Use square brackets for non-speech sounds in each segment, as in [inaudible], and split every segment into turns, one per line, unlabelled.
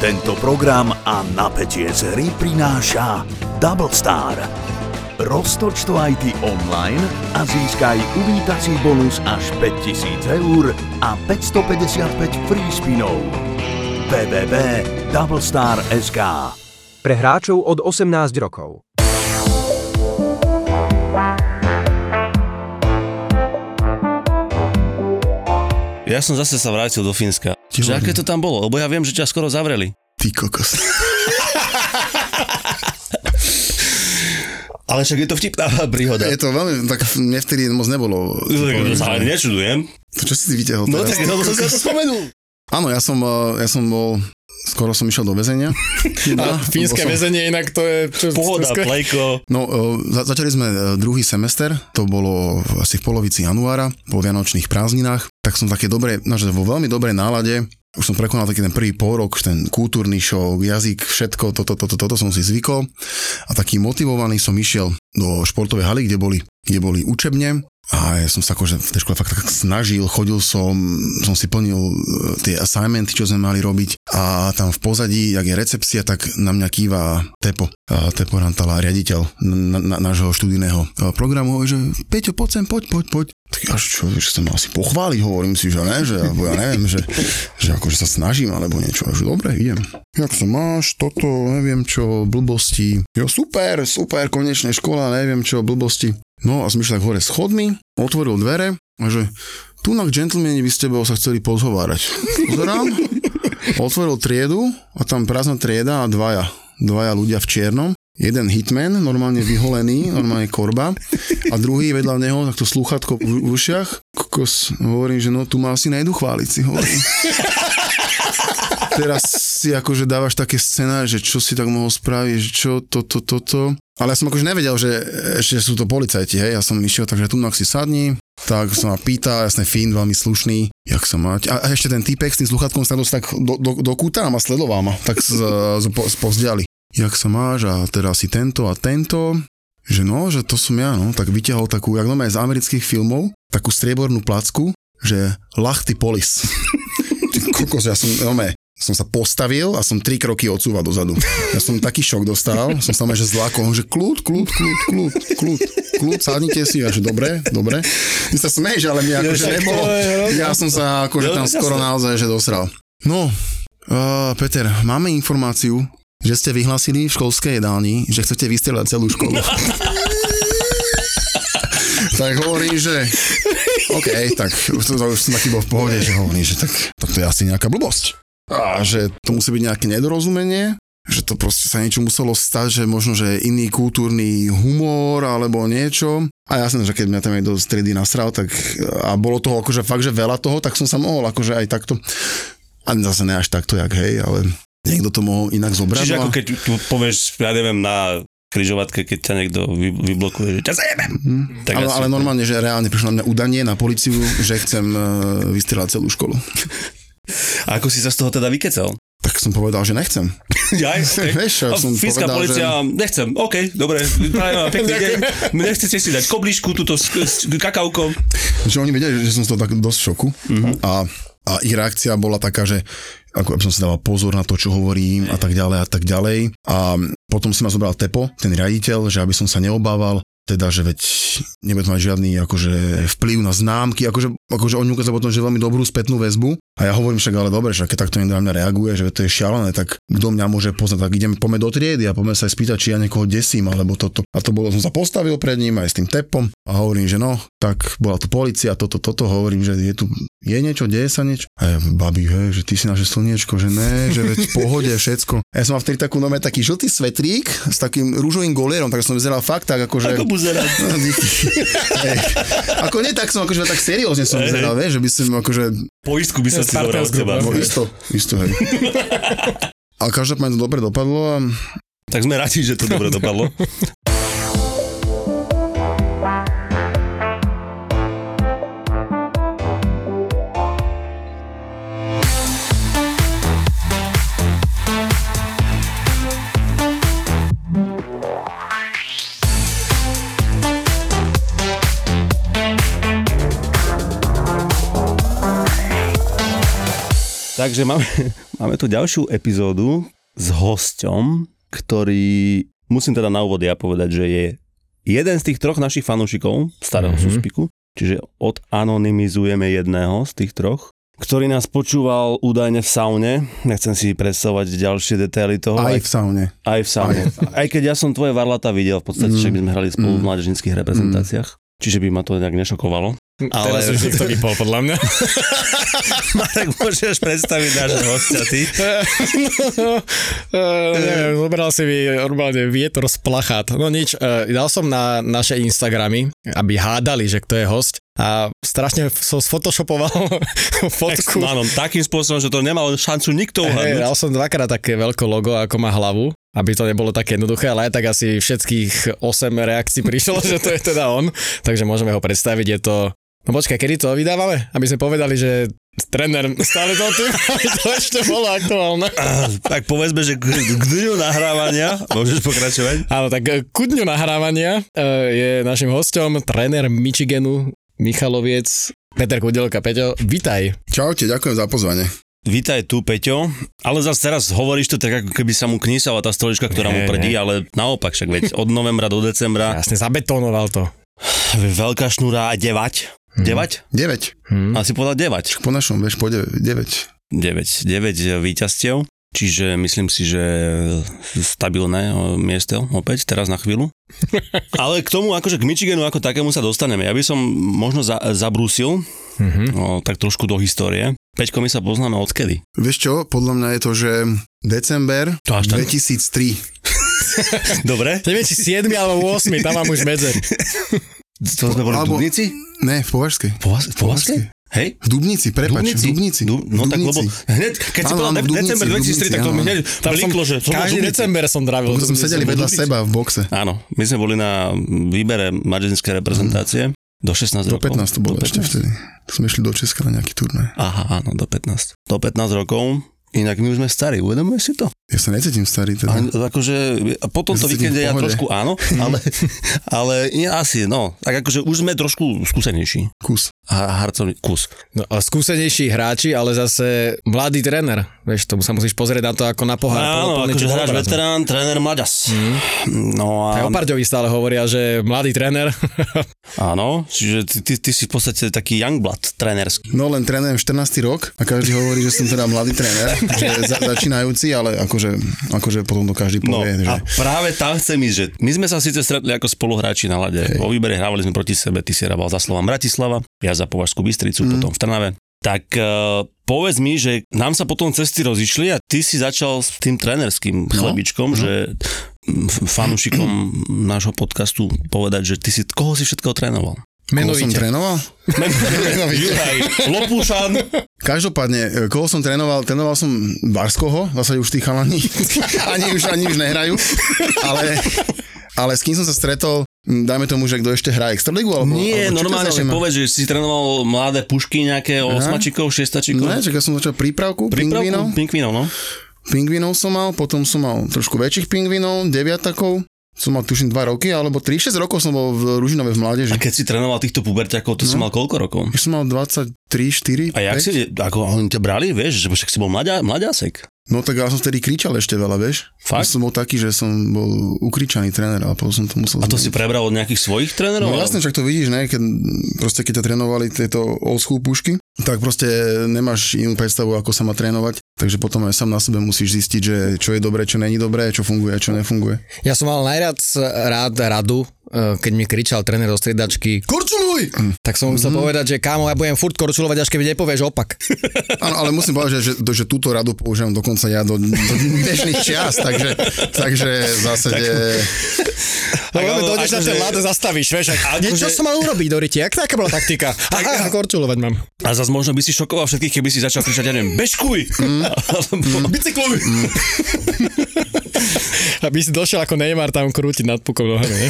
Tento program a napätie z hry prináša Double Star. Roztoč to aj ty online a získaj uvítací bonus až 5000 eur a 555 free spinov. www.doublestar.sk
Pre hráčov od 18 rokov.
Ja som zase sa vrátil do Fínska.
Ty
Že
vole.
aké to tam bolo? Lebo ja viem, že ťa skoro zavreli.
Ty kokos.
Ale však je to vtipná príhoda.
[laughs] Je to veľmi, tak mne vtedy moc nebolo.
To
Poviem,
sa
že-
nečudujem.
To čo si ty vyťahol
No
teraz?
tak lebo som si na to spomenul.
Áno, ja som, eh, ja som bol, skoro som išiel do väzenia.
[laughs] A
Bol
fínske
som-
väzenie inak to je... Čo,
Pohoda,
to je skvelé.
plejko.
No, eh, za- začali sme eh, druhý semester, to bolo v- asi v polovici januára, po vianočných prázdninách, tak som také dobre, naozaj vo veľmi dobrej nálade, už som prekonal taký ten prvý pôrok, ten kultúrny šok, jazyk, všetko, toto, toto, toto som si zvykol a taký motivovaný som išiel do športovej haly, kde boli, kde boli učebne a ja som sa akože v tej škole fakt tak snažil, chodil som, som si plnil e, tie assignmenty, čo sme mali robiť a tam v pozadí, jak je recepcia, tak na mňa kýva Tepo, a Tepo Rantala, riaditeľ na, na, nášho študijného e, programu, hovorí, že Peťo, poď sem, poď, poď, poď. Tak ja že čo, že sa ma asi pochváliť, hovorím si, že ne, že alebo ja neviem, že, že akože sa snažím alebo niečo, že dobre, idem. Jak sa máš, toto, neviem čo, blbosti. Jo, super, super, konečne škola, neviem čo, blbosti. No a sme išli tak hore schodmi, otvoril dvere a že tu na džentlmeni by s tebou sa chceli pozhovárať. Pozerám, otvoril triedu a tam prázdna trieda a dvaja, dvaja ľudia v čiernom. Jeden hitman, normálne vyholený, normálne korba a druhý vedľa neho, takto slúchatko v, v ušiach. Kokos, hovorím, že no tu ma asi najdu chváliť, si hovorím. Teraz si akože dávaš také scenáre, že čo si tak mohol spraviť, že čo, toto, toto. Ale ja som akože nevedel, že, že sú to policajti, hej. Ja som išiel, takže tu si sadni, tak sa ma pýta, jasne Fín, veľmi slušný, jak sa mať. A, a ešte ten typek s tým sluchatkom sa dosť tak do, do, do kúta a ma sledoval ma, tak z, z, po, spozdiali. Jak sa máš a teraz si tento a tento že no, že to som ja, no, tak vyťahol takú, jak normálne z amerických filmov, takú striebornú placku, že lachty
[laughs]
polis. Ty kokos, ja som, normálne, som sa postavil a som tri kroky odsúval dozadu. Ja som taký šok dostal, som sa normálne, že zlákol, že kľud, kľud, kľud, kľud, kľud, kľud, sadnite si, ja že dobre, dobre. Ty sa smeješ, ale mňa akože
však No, to
nebolo.
je hrozné.
Ja som sa akože
No,
tam
jasné.
skoro naozaj, že dosral. No, uh, Peter, máme informáciu, že ste vyhlasili v školskej jedálni, že chcete vystrieľať celú školu. tak hovorím, že OK, tak už, to, už som taký bol v pohode, že hovorím, že tak, tak to je asi nejaká blbosť. A že to musí byť nejaké nedorozumenie, že to proste sa niečo muselo stať, že možno, že iný kultúrny humor alebo niečo. A ja som, že keď mňa tam aj do stredy nasral, tak a bolo toho akože fakt, že veľa toho, tak som sa mohol akože aj takto. A zase ne až takto, jak hej, ale niekto to mohol inak zobrať.
Čiže ako
no a-
keď tu povieš, ja neviem, na križovatke, keď ťa niekto vy, vyblokuje, že ťa zajebem. Tak
Mhm. ale,
asi-
ale normálne, že reálne prišlo na mňa udanie na policiu, že chcem e, vystrelať celú školu.
A ako si sa z toho teda vykecal?
Tak som povedal, že nechcem.
Ja, okay.
[laughs] Vieš, ja
A
som
Fínska
povedal,
policia, že... nechcem, OK, dobre, prajem vám pekný deň. Mne chcete si dať koblišku, túto s, s kakaukom.
Že oni vedeli, že som z toho tak dosť v šoku. Mm-hmm. A, a ich reakcia bola taká, že ako aby som si dával pozor na to, čo hovorím a tak ďalej a tak ďalej. A potom si ma zobral Tepo, ten riaditeľ, že aby som sa neobával, teda, že veď nebude to mať žiadny akože, vplyv na známky, akože, akože on mi ukázal potom, že veľmi dobrú spätnú väzbu a ja hovorím však, ale dobre, že keď takto niekto na mňa reaguje, že veď to je šialené, tak kto mňa môže poznať, tak idem, poďme do triedy a poďme sa aj spýtať, či ja niekoho desím, alebo toto. A to bolo, som sa postavil pred ním aj s tým tepom a hovorím, že no, tak bola tu policia, toto, toto, hovorím, že je tu, je niečo, deje sa niečo. A ja, babi, hej, že ty si naše slniečko, že ne, že veď v pohode, všetko. A ja som mal vtedy takú, no, taký žltý svetrík s takým rúžovým golierom, tak som vyzeral fakt tak, akože...
Ako buzera.
No, díky. Hej. Ako nie tak som, akože tak seriózne som
Hej,
vyzeral, vieš, že by som akože,
Poistku by som si zobral od
Spartans
teba.
no isto, isto, hej. Ale každopádne to dobre dopadlo a
Tak sme radi, že to dobre dopadlo. Tak Takže máme, [laughs] máme tu ďalšiu epizódu s hosťom, ktorý, musím teda na úvod ja povedať, že je jeden z tých troch našich fanúšikov
Mhm.
starého mm-hmm. suspiku, čiže odanonymizujeme jedného z tých troch, ktorý nás počúval údajne v saune. Nechcem si predstavovať ďalšie detaily toho.
Aj v saune.
Aj v saune. Aj keď ja som tvoje varlata videl, v podstate
Mm.
však my sme hrali spolu v
Mm.
mládežnických reprezentáciách. Čiže by ma to nejak nešokovalo. Ale-
Teraz už niekto vypol, podľa
[laughs]
mňa.
tak môžeš predstaviť nášho hostia, ty.
[laughs] no, eh, neviem, zobral si mi normálne vietor z plachát. No nič, eh, dal som na naše Instagramy, aby hádali, že kto je host a strašne som sfotoshopoval [laughs] fotku.
No Áno, takým spôsobom, že to nemal šancu nikto uhadnúť.
Hej, dal som dvakrát také veľké logo, ako má hlavu, aby to nebolo také jednoduché, ale aj tak asi všetkých 8 reakcií prišlo, [laughs] že to je teda on, takže môžeme ho predstaviť, je to... No počkaj, kedy to vydávame? Aby sme povedali, že tréner stále to [laughs] tým, aby to ešte bolo aktuálne.
Ah, tak povedzme, že k, k dňu nahrávania, môžeš pokračovať.
Áno, tak e, ku dňu nahrávania e, je našim hosťom tréner Michiganu Michaloviec Peter Kudelka. Peťo, vitaj.
Čaute, ďakujem za pozvanie.
Vítaj tu, Peťo. Ale zase teraz hovoríš to tak, ako keby sa mu knísala tá stolička, ktorá mu
Nie,
prdí, ale naopak však, veď od novembra do decembra
Jasne, zabetonoval to.
veľká šnúra a devať. Devať?
9.
Hm.
Asi povedal devať.
Po našom, vieš, po 9.
9, 9 eh, víťazstiev, čiže myslím si, že eh, stabilné o, miesto opäť teraz na [laughs] chvíľu. Ale k tomu, akože k Michiganu ako takému sa dostaneme. Ja by som možno za, eh, zabrúsil
Mhm.
o, tak trošku do histórie. Peťko, my sa poznáme odkedy? [laughs]
Vieš čo, podľa mňa je to, že december
To až tak?
2003.
Dobre.
Neviem, či 7 alebo 8, tam mám už medzer. [laughs]
To sme boli v
Alebo-
Dubnici?
Ne, v Považskej.
Po vás, po vás? Hej?
V Dubnici, prepač, v Dubnici.
Du, no tak lebo hneď, keď si
Áno,
povedal
áno, v
de- december
Dubnici, v
2003, tak
Dubnici,
to mi
áno.
hneď
Tam som
bliklo, že to bolo
Každý
Dubnici.
december som drávil.
Lebo sme sedeli vedľa
Dubnici.
seba v boxe.
Áno, my sme boli na výbere mladinskej reprezentácie do 16
Do
rokov.
15 to bolo ešte
15.
vtedy. To sme išli do Česka na nejaký turnaj.
Aha, áno, do 15. Do 15 rokov. Inak my už sme starí, uvedomuješ si to?
Ja sa necítim starý
A,
teda.
akože a po tomto
Ja sa cítim
víkende ja
v pohode.
trošku áno, [laughs] ale, ale nie, asi, no. Tak akože už sme trošku skúsenejší.
Kus.
A harcový kus.
No, a skúsenejší hráči, ale zase mladý tréner. Vieš, tomu sa musíš pozrieť na to ako na pohár.
Áno,
Plný
akože
ti
hráš
obraz.
veterán, tréner mlaďas. Mhm. No
Aj o
a
Parďovi stále hovoria, že mladý tréner.
áno, čiže ty, ty, ty si v podstate taký youngblood trénerský.
No len trénujem 14. rok a každý hovorí, že som teda mladý
[laughs]
tréner, že za, začínajúci, ale akože, akože potom to každý
No
povie, že
a práve tam chcem ísť, že my sme sa síce stretli ako spoluhráči na lade. Vo výbere hrávali sme proti sebe, ty si hrával za Slovan Bratislava, ja za Považskú Bystricu, mm. potom v Trnave. Tak uh, povedz mi, že nám sa potom cesty rozišli a ty si začal s tým
No.
trénerským chlebičkom, že mm, f-
[clears throat]
fanúšikom nášho podcastu povedať, že ty si, koho si všetko trénoval?
koho som
Menovite.
trénoval?
Juraj,
[laughs]
Lopušan,
Každopádne, e, koho som trénoval, trénoval som Barskoho, v zásade už tí
[laughs]
chalani ani už, ani už nehrajú, ale, ale s kým som sa stretol, m, dajme tomu, že kto ešte hrá Extraligu? Alebo,
Nie,
alebo čo to
normálne,
sa
že
ešte má?
povedz, že si trénoval mladé pušky nejaké, osmačikov, šestačikov.
Ne, čak ja som začal prípravku,
Prípravku?
pingvínov.
Pingvínov, no.
Pingvinov som mal, potom som mal trošku väčších pingvinov, deviatakov, som mal tuším 2 roky, alebo 3-6 rokov som bol v Ružinove v mládeži.
A keď si trénoval týchto puberťakov, to si
No.
mal koľko rokov?
Ja som mal 23, 4,
A jak si, ako oni ťa brali, vieš, že však si bol mladia, mladiasek.
No tak ja som vtedy kričal ešte veľa, vieš.
Fakt?
Ja som bol taký, že som bol ukričaný tréner a potom som to musel...
A to si prebral od nejakých svojich trénerov?
No jasne, však to vidíš, ne? Keď, proste keď ťa trénovali tieto old school pušky, tak proste nemáš inú predstavu, ako sa má trénovať. Takže potom aj sám na sebe musíš zistiť, že čo je dobré, čo není dobré, čo funguje a čo nefunguje.
Ja som mal najviac rád radu, eh, keď mi kričal tréner do striedačky,
Korčuluj!
tak som musel povedať, že kámo, ja budem furt korčulovať, až keď nepovieš [laughs] opak.
Áno, ale musím povedať, že, že, že túto radu používam dokonca ja do, do dnešných čias, takže, takže v zásade...
No,
ale
lebo dojdeš na
akože-
ten lade, zastavíš, vieš, a
Akože-
niečo som mal urobiť, Doriti, jak taká bola taktika? [laughs] Aha, korčulovať mám.
A zase možno by si šokoval všetkých, keby si začal kričať, ja neviem, bežkuj!
Mm.
[laughs] Alebo bicykluj!
Aby si došiel ako Neymar tam [laughs] krútiť nad pukom nohami, ne?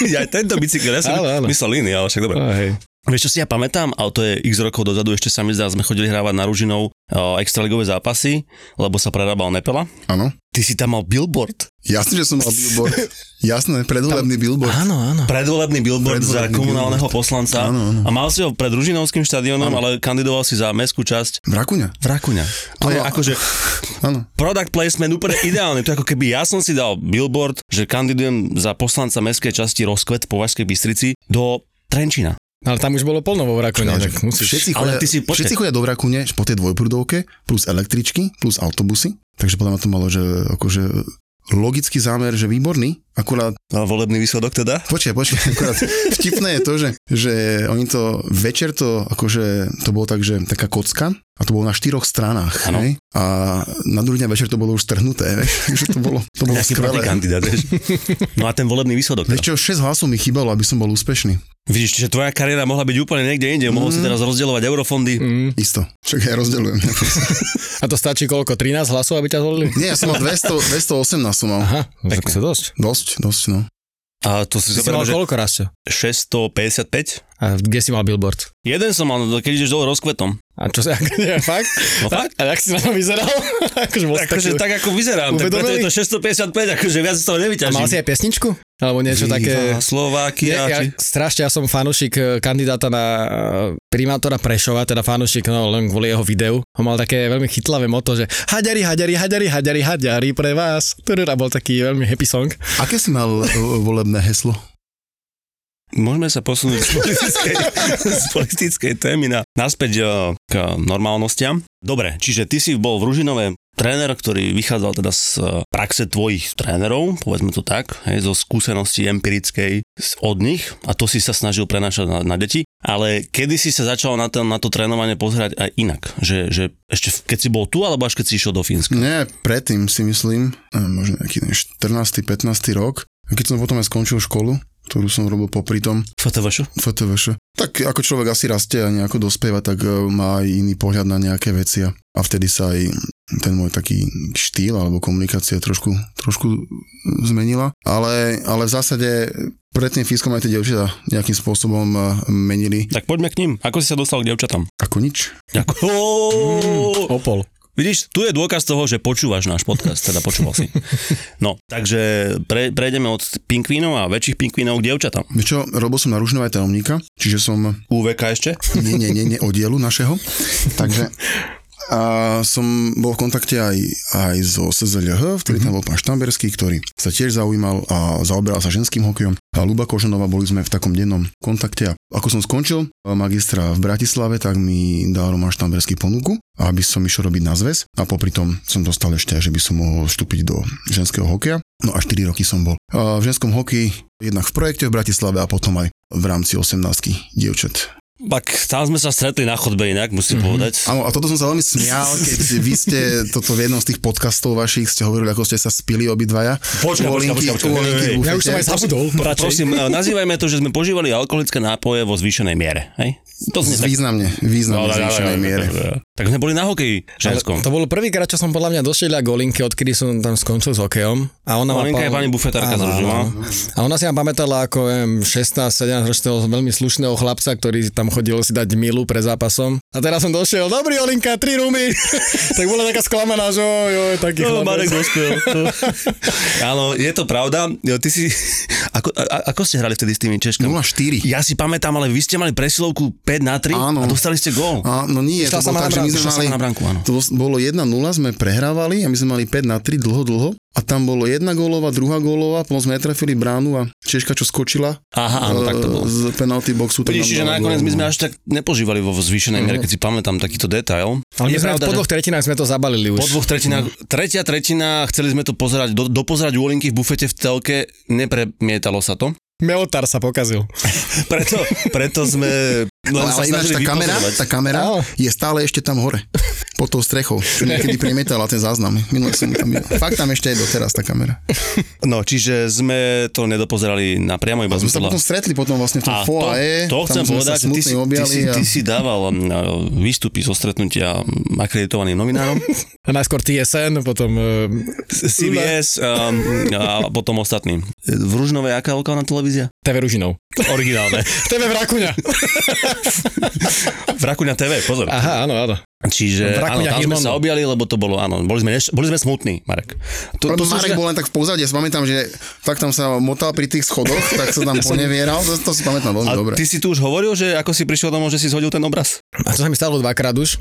[laughs] Ja aj tento bicykel, ja som
Áno, áno.
myslel iný, ale však dobre.
hej.
Vieš, čo si ja pamätám, ale to je x rokov dozadu, ešte sa mi zdá, sme chodili hrávať na Ružinov o, extraligové zápasy, lebo sa prerábal Nepela.
Áno.
Ty si tam mal billboard.
Jasne, že som mal billboard. Jasné, predvolebný billboard.
Áno, áno.
Predvolebný billboard za
Predvolebný
komunálneho poslanca.
Áno, áno.
A mal si ho pred Ružinovským štadiónom, ale kandidoval si za mestskú časť
V Rakuňa.
Vrakuňa. To je
Áno.
akože
Áno.
product placement úplne ideálne. To je ako keby ja som si dal billboard, že kandidujem za poslanca mestskej časti Rozkvet po Vaškej Bystrici do Trenčina.
Ale tam už bolo plno vo Vrakone,
Ináč,
No, tak musíš...
všetci,
ale
chodia,
ty si- počkaj.
všetci chodia do Vrakune po tej dvojprudovke, plus električky, plus autobusy. Takže podľa mňa to malo, že akože logický zámer, že výborný, akurát,
A volebný výsledok teda?
počkaj, počkaj, akurát vtipné je to, že, že oni to, večer to, akože, to bolo tak, že taká kocka, a to bolo na štyroch stranách,
Áno.
hej? A na druhý deň večer to bolo už strhnuté, [laughs] vieš? Takže to bolo, to bolo
Nejaký
skvelé.
protikandidát, vieš. No a ten volebný výsledok.
Vieš
Teda.
čo, 6 hlasov mi chýbalo, aby som bol úspešný.
Vidíš, že tvoja kariéra mohla byť úplne niekde inde. Mohol si teraz rozdielovať eurofondy.
Mm.
Isto. Čak ja rozdeľujem.
A to stačí koľko? 13 hlasov, aby ťa [laughs] zvolili?
[laughs] Nie, ja som mal 200, 218 som mal.
Aha, no tak
Pekne.
to dosť.
Dosť, dosť, no.
A to si
Ty si mal
zoberieme, že
koľko raz čo?
655.
A kde si mal billboard?
Jeden som mal, keď ideš dole rozkvetom.
[laughs] A čo sa... Nie, fakt?
No
A,
fakt?
a jak si na to vyzeral? [laughs] akože bol si
Akože
taký-
tak, ako vyzerám, tak preto je
Uvedomený?
to 655, akože viac z toho
A
nevyťažím.
mal si aj piesničku? Alebo niečo
Viva
také...
Slovákia,
Ja, ja
či...
strašne, ja som fanúšik e, kandidáta na e, primátora Prešova, teda fanúšik, no len kvôli jeho videu. On mal také veľmi chytlavé moto, že haďari, haďari, haďari, haďari, haďari pre vás. Turura bol taký veľmi happy song.
Aké si mal e, volebné heslo?
Môžeme sa posunúť z
[laughs]
politickej, z politickej témy na, naspäť e, k normálnostiam. Dobre, čiže ty si bol v Ružinové tréner, ktorý vychádzal teda z e, praxe tvojich trénerov, povedzme to tak, hej, zo skúsenosti empirickej z- od nich a to si sa snažil prenášať na, na deti, ale kedy si sa začal na, ten, na to trénovanie pozerať aj inak? Že, že ešte v- keď si bol tu, alebo až keď si išiel do Fínska?
Nie, predtým si myslím, e, možno nejaký ten 14. 15. rok, keď som potom aj skončil školu, ktorú som robil popri tom
FTVŠ?
FTVŠ. Tak ako človek asi rastie a nejako dospieva, tak e, má aj iný pohľad na nejaké veci a, a vtedy sa aj ten môj taký štýl alebo komunikácia trošku, trošku zmenila. Ale, ale v zásade pred tým fískom aj tie dievčatá nejakým spôsobom e, menili
Tak poďme k ním. Ako si sa dostal k devčatám?
ako nič.
Ako... Mm.
Opol.
Vidíš, tu je dôkaz toho, že počúvaš náš podcast, teda počúval si. No, takže pre, prejdeme od pinkvínov a väčších pinkvínov k dievčatám.
Vieš Čo, robil som na Ružnové tajomníka, čiže som
UVK ešte?
nie, nie, nie, nie oddielu našeho. Takže a som bol v kontakte aj, aj so SZLH, vtedy tam bol pán Štamberský, ktorý sa tiež zaujímal a zaoberal sa ženským hokejom. A Luba Koženová boli sme v takom dennom kontakte. A ako som skončil e, magistra v Bratislave, tak mi dal Roman Štamberský ponuku, aby som išiel robiť na zväz. A popri tom som dostal ešte, že by som mohol vstúpiť do ženského hokeja. No a 4 roky som bol e, v ženskom hokeji, jednak v projekte v Bratislave a potom aj v rámci 18 dievčat
Tak tam sme sa stretli na chodbe inak, musím mm-hmm. povedať.
Áno, a toto som sa veľmi
[laughs]
smial, keď vy ste toto v jednom z tých podcastov vašich ste hovorili, ako ste sa spili obidvaja.
Počkaj, počkaj,
Uvoľnky-
počkaj, počkaj.
uvoľnky
Hej,
v
Ja už
bufete.
som aj zabudol. radšej.
Prosím, e, [laughs] nazývajme to, že sme požívali alkoholické nápoje vo zvýšenej miere. Hej? To znie tak...
Významne, významne no, zvýšenej miere.
Tak sme boli na hokeji ženskom.
Ale To bolo prvýkrát, čo som podľa mňa došiel a golinky, odkedy som tam skončil s hokejom. A ona ma
Malinka je
pal-
pani bufetárka z
Áno,
Ružova.
áno. A ona si ma pamätala ako 16-17 ročného veľmi slušného chlapca, ktorý tam chodil si dať milu pre zápasom. A teraz som došiel, dobrý Olinka, tri rumy. [laughs] tak bola taká sklamaná, že oj, oj, taký
No, Marek
chlapec.
dospel. [laughs] Áno, je to pravda. Jo, Ty si... Ako, a, ako ste hrali vtedy s tými Češkami?
0,4.
Ja si pamätám, ale vy ste mali presilovku 5 na 3
Áno.
a dostali ste gól.
A, no nie, to
Išla
bolo
sama
tak,
na
že my
bránku,
sme
išla sama
mali...
na bránku, áno.
To bolo 1-0, sme prehrávali a my sme mali 5 na 3 dlho, dlho. A tam bolo jedna gólová, druhá gólová, potom sme netrafili bránu a Češka, čo skočila
Aha, áno,
e,
tak to bolo.
z penalty boxu. tak
Vidíš, že
nám dala
nakoniec
gól,
my sme
no.
až tak nepožívali vo zvýšenej
Mm.
miere, keď si pamätám takýto detail.
Ale my
Je
sme Mm.
pravda,
po
že-
dvoch tretinách sme to zabalili už.
po dvoch tretinách, tretia tretina, chceli sme to pozerať, do, dopozerať úlinky v bufete v telke, nepremietalo sa to. [laughs]
Meotár sa pokazil.
Preto, preto sme len
No,
sa
ale ináč
snažili
tá kamera,
vypozorovať.
tá kamera
Áno.
je stále ešte tam hore. pod tou strechou, čo niekedy premietala ten záznam. Minule som tam Fakt tam ešte je doteraz tá kamera.
No, čiže sme to nedopozerali napriamo, iba
A
sme
sme sa potom
podľa...
stretli potom vlastne v tom
A
foaje.
to, to chcem
tam sme
povedať,
sa
že ty, si- ty,
smutne objali.
si,
a...
ty si dával mm, výstupy zo stretnutia mm, akreditovaným novinárom.
A najskôr TSN, potom... Uh,
CBS um, a potom ostatní. V Ružnovej aká lokálna televízia?
TV Ružinov.
[laughs] Originálne.
TV Vrakuňa.
V Rakuňa TV, pozor.
Aha, áno, áno.
Čiže
V
áno,
Rakuňa
tam sme
Hirmanu.
sa objali, lebo to bolo, áno, boli sme, neš- boli sme smutní, Marek.
To, to
som
Marek
si-
bol len tak v pozadí, ja si pamätám, že tak tam sa motal pri tých schodoch, tak sa tam ponevieral, to, to si pamätám veľmi
A
dobre.
ty si tu už hovoril, že ako si prišiel domov, že si zhodil ten obraz?
A to sa mi stalo dvakrát už.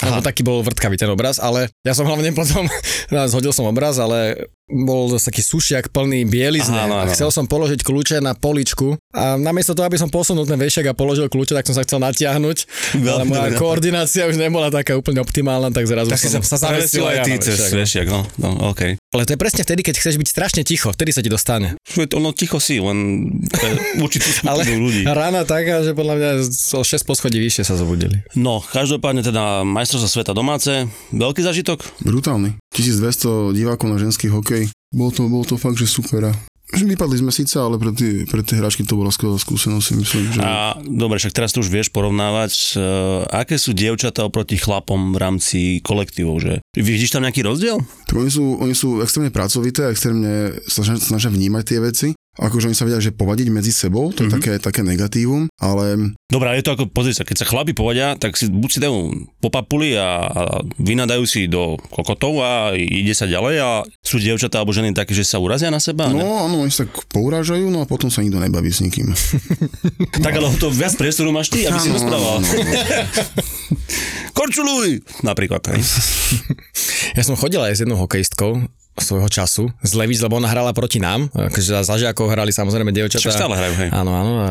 Aha. Lebo taký bol vrtkavý ten obraz, ale ja som hlavne potom, [laughs] no, zhodil som obraz, ale bol zase taký sušiak plný bielizne.
Áno,
Áno,
áno.
áno. Chcel som položiť kľúče na poličku a namiesto toho, aby som posunul ten vešiak a položil kľúče, tak som sa chcel natiahnuť, ale
Veľmi
moja
dobrý nápad.
koordinácia už nebola taká úplne optimálna, tak zrazu
Tak si
som
sa, sa zavesil aj
ja
ty
na
cez
vešiak.
vešiak, no, no okej.
Ale to je presne vtedy, keď chceš byť strašne ticho, vtedy sa ti dostane.
Veď Ono ticho si, len pre určitú
Ale
skupinu ľudí.
rána taká, že podľa mňa o 6 poschodí vyššie sa zobudili.
No, každopádne teda majstrovstvo sveta domáce, veľký zažitok.
Brutálny. 1200 divákov na ženský hokej. Bolo to, bolo to fakt, že super. a- Že vypadli sme síce, ale pre tie, pre tie hráčky to bola skvelá skúsenosť, si myslím, že...
A dobre, však teraz to už vieš porovnávať, e, aké sú dievčatá oproti chlapom v rámci kolektívov, že vidíš tam nejaký rozdiel?
Tak oni sú, oni sú extrémne pracovité a extrémne sa snažia, snažia vnímať tie veci. Akože oni sa vedia, že povadiť medzi sebou, to je
Mhm.
také, také negatívum, ale
Dobre, ale je to ako, pozri sa, keď sa chlapi povedia, tak si buď si dajú popapuli a, a vynadajú si do kokotov a ide sa ďalej a sú dievčatá alebo ženy také, že sa urazia na seba? ne?
no áno, oni sa tak pourážajú, no a potom sa nikto nebaví s nikým.
Tak ale o to viac priestoru máš ty, aby si
Áno,
rozprával. [laughs]
áno, áno.
Korčuluj! Napríklad. hej.
Ja som chodil aj s jednou hokejistkou svojho času z Levíc, lebo ona hrala proti nám, akože za- za žiakov hrali samozrejme dievčatá.
Však stále hrajú, hej.
Áno, áno. A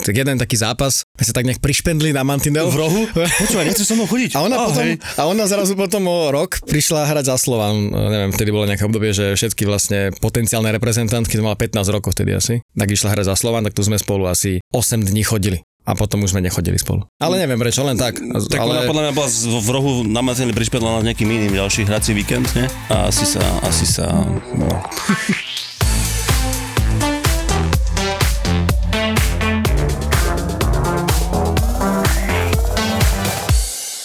tak jeden taký zápas, my sa tak nejak prišpendli na mantinel. V rohu?
Počúvaj, nechceš so mnou chodiť.
[laughs] A ona,
Á,
oh, potom,
hej.
a ona zrazu potom o rok prišla hrať za Slovan. E, Neviem, vtedy bolo nejaké obdobie, že všetky vlastne potenciálne reprezentantky, to mala 15 rokov vtedy asi, tak išla hrať za Slovan, tak tu sme spolu asi 8 dní chodili. A potom už sme nechodili spolu. Ale neviem prečo, len tak. A-
Tak ale... ona podľa mňa bola z- v rohu na Martinelli prišpedla na nejakým iným ďalší hrací víkend, ne? A asi sa, asi sa... No.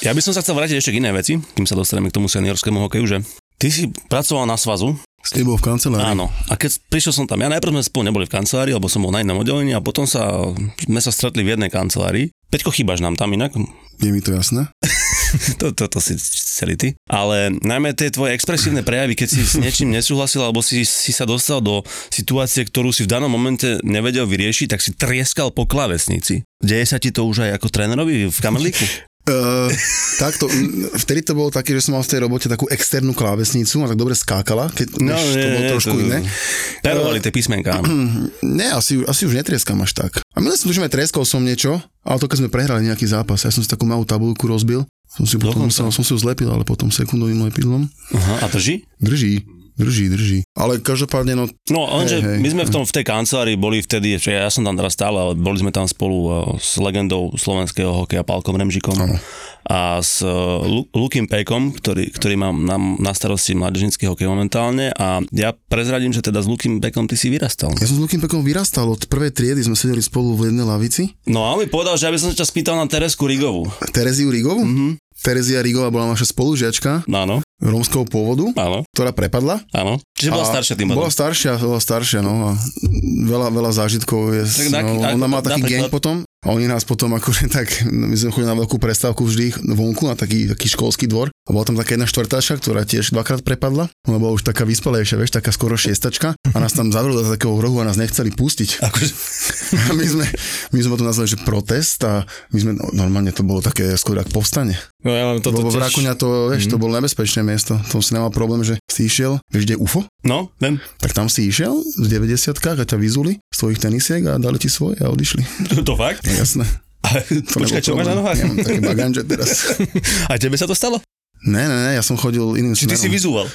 Ja by som sa chcel vrátiť ešte k inej veci, kým sa dostaneme k tomu seniorskému hokeju, že ty si pracoval na svazu,
S tebou v kancelárii.
Áno. A keď prišiel som tam, ja najprv sme spolu neboli v kancelárii, lebo som bol na inom oddelení a potom sa, sme sa stretli v jednej kancelárii. Peťko, chýbaš nám tam inak, [laughs]
Je mi to jasné?
to, to, to si celý ty. Ale najmä tie tvoje expresívne prejavy, keď si s niečím nesúhlasil alebo si, si sa dostal do situácie, ktorú si v danom momente nevedel vyriešiť, tak si trieskal po klávesnici. Deje sa ti to už aj ako trénerovi v kamerlíku?
Uh, takto, m, vtedy to bolo také, že som mal v tej robote takú externú klávesnicu a tak dobre skákala, keď no, vieš, to bolo trošku iné.
Perovali tie písmenká. áno.
Ne, asi, asi už netrieskam až tak. A my som tuším, aj treskol som niečo, ale to keď sme prehrali nejaký zápas, ja som si takú malú tabulku rozbil, som si, potom
Dokonca.
musel, som si ju zlepil, ale potom sekundovým lepidlom.
Aha, a drží?
Drží, drží, drží. Ale každopádne, no,
No, lenže
Hej, Hm. hej.
my sme v tom v tej kancelárii boli vtedy, že ja som tam teraz stále, ale boli sme tam spolu eh, s legendou slovenského hokeja Pálkom Remžikom
Áno.
a s eh, Lu- Lukim Pekom, ktorý, ktorý mám na, na starosti mládežnícky hokej momentálne a ja prezradím, že teda s Lukim Pekom ty si vyrastal.
ja som s Lukým Pekom vyrastal, od prvej triedy sme sedeli spolu v jednej lavici.
No a on mi povedal, že aby som sa ťa spýtal na Teresku Rigovu. Mhm.
Tereziu Rigovu? Mm-hmm. Terezia Rigová bola naša spolužiačka
No Áno,
rómskeho pôvodu,
áno,
ktorá prepadla.
áno. Čiže bola
A
staršia tým
Bola
bola...
staršia, bola staršia, no a veľa, veľa zážitkov je,
Tak na-
tak, no,
na-
ona má taký
napríklad-
deň potom a oni nás potom akože tak, [laughs] no, my sme chodili na veľkú prestávku vždy vonku na taký, taký školský dvor a bola tam taká jedna štvrtáša, ktorá tiež dvakrát prepadla, ona bola už taká vyspelejšia, vieš, taká skoro šiestačka a nás tam zavreli do takého rohu a nás nechceli pustiť.
Akože,
[laughs] A my sme, my sme to nazvali, že protest a my sme, no, normálne to bolo také skoro ako povstanie.
No ja mám
Toto
toto
Lebo v
tiež...
Rakuňa to, vieš,
Mhm.
to bolo nebezpečné miesto, to si nemal problém, že si išiel, vieš, kde je UFO?
no, viem,
Tak tam si išiel v 90 a ťa vyzuli z tvojich tenisiek a dali ti svoje a odišli. [laughs]
to, to fakt.
No, jasné.
Ale,
To nebol
počkaj, čo máš
problém.
na nohách?
Ja mám také baganže
[laughs]
teraz.
A tebe sa to stalo?
Ne, ne, ne, ja som chodil iným
Či ty si
smerom.
vyzúval?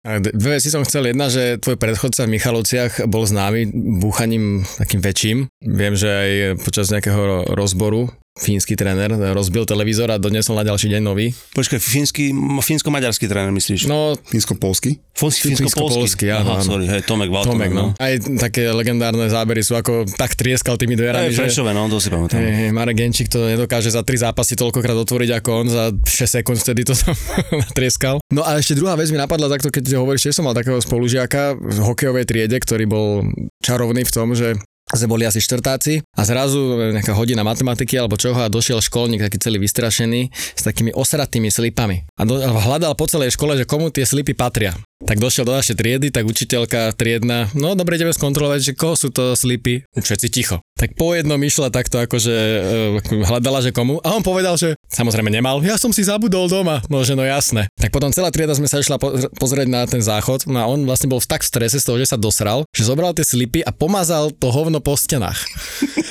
A d- Dve veci som chcel. Jedna, že tvoj predchodca v Michalovciach bol známy búchaním takým väčším. Viem, že aj počas nejakého ro- rozboru fínsky tréner, rozbil televízor a donesol na ďalší deň nový.
Počkaj, fínsky, fínsko-maďarský tréner myslíš?
No,
Fínsko-polsky?
Fínsko-polský,
fínsko-polský, áno,
Aha,
áno.
sorry, hej, Tomek Valtonen.
Tomek, no. Aj také legendárne zábery sú, ako tak trieskal tými
Hej,
dverami, že...
Prešové, no, to si pamätám.
Hej, hej, Marek Genčík to nedokáže za tri zápasy toľkokrát otvoriť ako on, za 6 sekúnd vtedy to tam [laughs] natrieskal. No a ešte druhá vec mi napadla takto, keď hovoríš, že som mal takého spolužiaka v hokejovej triede, ktorý bol čarovný v tom, že sme boli asi štvrtáci a zrazu nejaká hodina matematiky alebo čoho a došiel školník taký celý vystrašený s takými osratými slipami. A, do, a hľadal po celej škole, že komu tie slipy patria. Tak došiel do našej triedy, tak učiteľka triedna, no dobre, ideme skontrolovať, že koho sú to slipy. Všetci ticho. Tak po jednom išla takto, akože e, hľadala, že komu. A on povedal, že samozrejme nemal, ja som si zabudol doma. No, že no jasné. Tak potom celá trieda sme sa išla po- pozrieť na ten záchod. No a on vlastne bol v tak v strese z toho, že sa dosral, že zobral tie slipy a pomazal to hovno po stenách.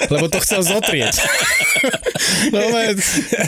Lebo to chcel zotrieť. [laughs] no, ale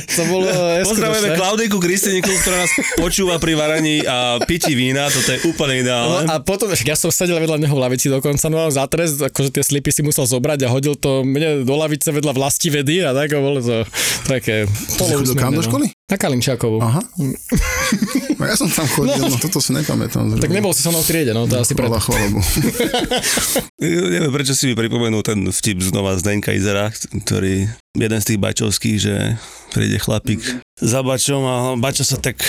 to bolo...
Pozdravujeme
neskutočné.
Klaudiku Kristeniku, ktorá nás počúva pri varaní a pití vína, toto je úplne ideálne.
No a potom, však ja som sedel vedľa neho v lavici dokonca, no a za trest, akože tie slipy si musel zobrať a hodil to mne do lavice vedľa vlasti vedy a tak, a bolo to také... no.
To si chodil kam do školy?
Na Kalinčákovú.
Aha. [laughs] No ja som tam chodil, no, toto si nepamätám.
Tak nebol si so mnou v triede, no to asi preto.
Chvala, chvala
[laughs]
Bohu.
No, Neviem, prečo si mi pripomenul ten vtip znova z Denka Izera, ktorý jeden z tých bačovských, že príde chlapík za bačom a bačo sa tak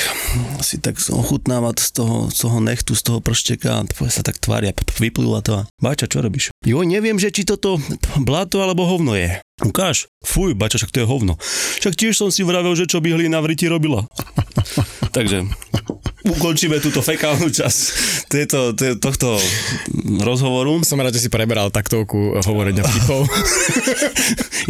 si tak ochutnáva z toho, z toho nechtu, z toho pršteka a tvoje sa tak tvária, p- p- vyplula to a bača, čo robíš? Jo, neviem, že či toto blato alebo hovno je. Ukáž, fuj, bača, však to je hovno. Však tiež som si vravel, že čo by hlina v riti robila. [laughs] Takže ukončíme túto fekálnu časť tejto, te- tohto rozhovoru.
Som rád, že si preberal taktovku hovorenia
[laughs]
vtipov.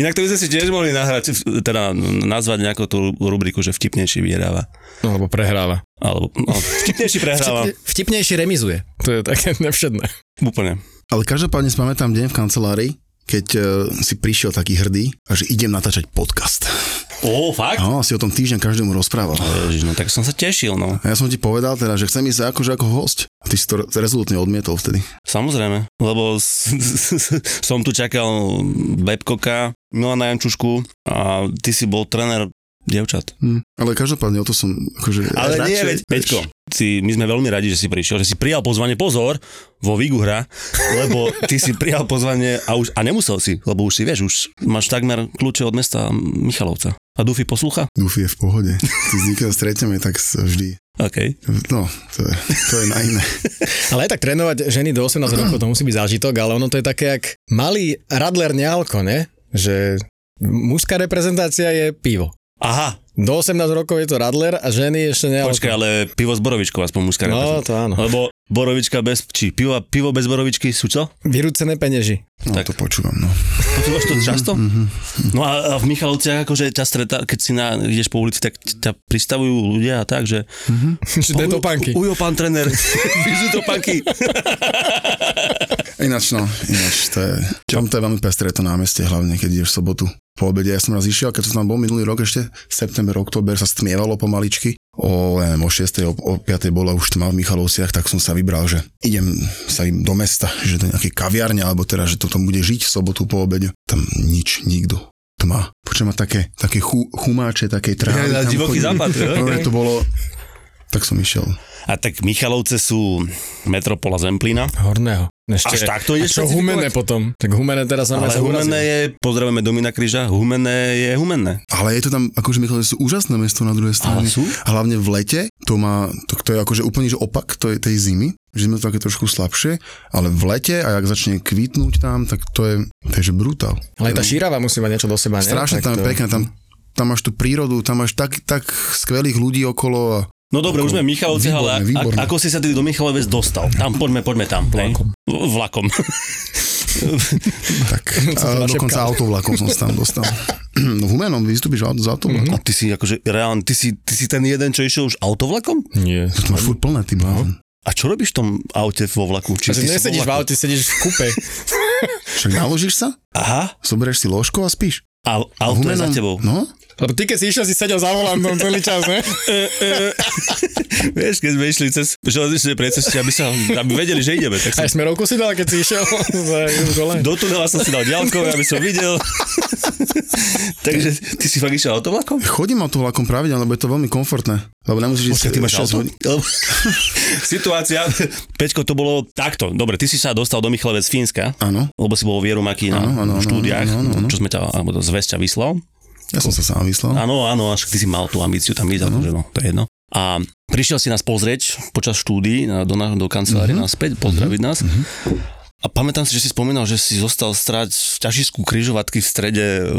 Inak to by sme si tiež mohli nahrať, teda nazvať nejakú tú rubriku, že vtipnejší vyhráva.
No, lebo prehráva.
Alebo no, vtipnejší prehráva.
Vtipne, vtipnejší remizuje. To je také [laughs] nevšetné.
Úplne.
Ale každopádne si pamätám deň v kancelárii, keď eh, si prišiel taký hrdý a že idem natáčať podcast.
Ó, fakt?
Áno, si o tom týždeň každému rozprával.
Ježiš, no tak som sa tešil, no.
A ja som ti povedal teda, že chcem ísť akože ako host. A ty si to re- rezolutne odmietol vtedy.
Samozrejme, lebo s- som tu čakal Bebkoka, Milana Jančušku a ty si bol tréner dievčat.
Hm. Ale každopádne o to som akože...
Ale nie,
radšej-
veď, Peťko, si, my sme veľmi radi, že si prišiel, že si prijal pozvanie, pozor, vo Vigu hra, lebo ty si prijal pozvanie a už, a nemusel si, lebo už si vieš, už máš takmer kľúče od mesta Michalovca. A Dufy poslucha?
Dúfi je v pohode. Ty s nikým stretneme, tak s- vždy.
OK.
No, to je, to je na iné.
Ale aj tak trénovať ženy do 18 rokov, to musí byť zážitok, ale ono to je také, jak malý Radler nealko, ne? Že mužská reprezentácia je pivo.
Aha,
Do 18 rokov je to Radler a ženy ešte ne.
počkaj, ale pivo s borovičkou, aspoň mužská
No,
reprezentácia.
to áno.
Lebo borovička bez, či pivo, pivo bez borovičky sú čo?
Vyrúcené peneži.
No,
Tak.
to počúvam, no.
Počúvaš to často? No a, a v Michalovciach, akože ťa stretá, keď si na, ideš po ulici, tak ťa pristavujú ľudia a tak, že
[laughs] Že to je topánky.
Ujo, pán [laughs] tréner, vyžú to panky.
Ináč, no, ináč, to je... Tam to je veľmi pestré to námestie, hlavne keď ideš v sobotu po obede. Ja som raz išiel, keď som tam bol minulý rok ešte, september, október sa stmievalo pomaličky. O, ja neviem, o 6. O, o 5. bola už tma v Michalovciach, tak som sa vybral, že idem sa im do mesta, že do nejakej kaviarne, alebo teda, že to tam bude žiť v sobotu po obede. Tam nič, nikto. Tma. Počujem ma také, také chu, chumáče, také trávy.
Ja,
tam
divoký
chodili.
západ, jo?
Dobre, to bolo... Tak som išiel.
A tak Michalovce sú metropola Zemplína.
Horného. Ešte,
Až takto
a
ideš
čo
špecifikovať?
humené potom? Tak humené teraz na mňa
Ale
sa
humenné
humené...
je, pozdravujeme Domina Kryža, humenné je humenné.
Ale je to tam, akože Michalovce sú úžasné mesto na druhej strane.
Ale sú?
Hlavne v lete, to má, to, to je akože úplne že opak to je tej zimy, že sme to také trošku slabšie, ale v lete a jak začne kvitnúť tam, tak to je, to je že brutál.
Ale aj tá šírava musí mať niečo do seba, ne?
Strašne
Tak
tam je
to-
pekné, tam, tam máš tú prírodu, tam máš tak, tak skvelých ľudí okolo a
No dobre, už sme v Michalovciach, ale
Výborné, výborné.
ak- ako si sa tedy do Michalovec dostal? Tam, poďme, poďme tam. hej? V- Vlakom. [laughs]
tak. A
našepkal.
dokonca autovlakom som sa tam dostal. No v Humenom vystúpiš aut- z autovlakom.
A ty si akože, reálne, ty si, ty si ten jeden, čo išiel už autovlakom?
Nie.
To máš furt plné, ty blázon.
A čo robíš v tom aute vo vlaku? Či ty
Že
si vo
nesedíš v
vlaku?
aute, sedíš v
[laughs]
kupe.
Však naložíš sa,
Aha,
zoberieš si ložko a spíš.
a
A v
auto je za
Humennom-
tebou.
No,
Lebo ty keď si išiel, si sedel za volantom celý čas, ne?
Vieš, keď sme išli cez železničné precestie, aby, sa, aby vedeli, že ideme, tak som
Aj smerovku si dal, keď si išiel [laughs] za dole.
do tunela som si dal ďalkové, aby som [laughs] videl. Takže ty si fakt išiel autovlakom?
Chodím autovlakom pravidelne, lebo je to veľmi komfortné. Lebo nemusíš ísť 6 hodín.
Lebo- [laughs] Situácia. Peťko, to bolo takto. Dobre, ty si sa dostal do Michalovec z Fínska,
Áno,
lebo si bol v Jerumaki na
Áno, áno, áno,
štúdiách,
áno, áno, áno.
čo sme ťa, alebo to zväz ťa vyslal.
ja som sa sám vyslal.
Áno, áno, až ty si mal tú ambíciu tam ísť, akože no, to je jedno. A prišiel si nás pozrieť počas štúdií na- do, na- do kancelárie
Mhm.
mm-hmm. naspäť, pozdraviť nás. Mm-hmm. A pamätám si, že si spomínal, že si zostal stráť v ťažisku kryžovatky v strede eh,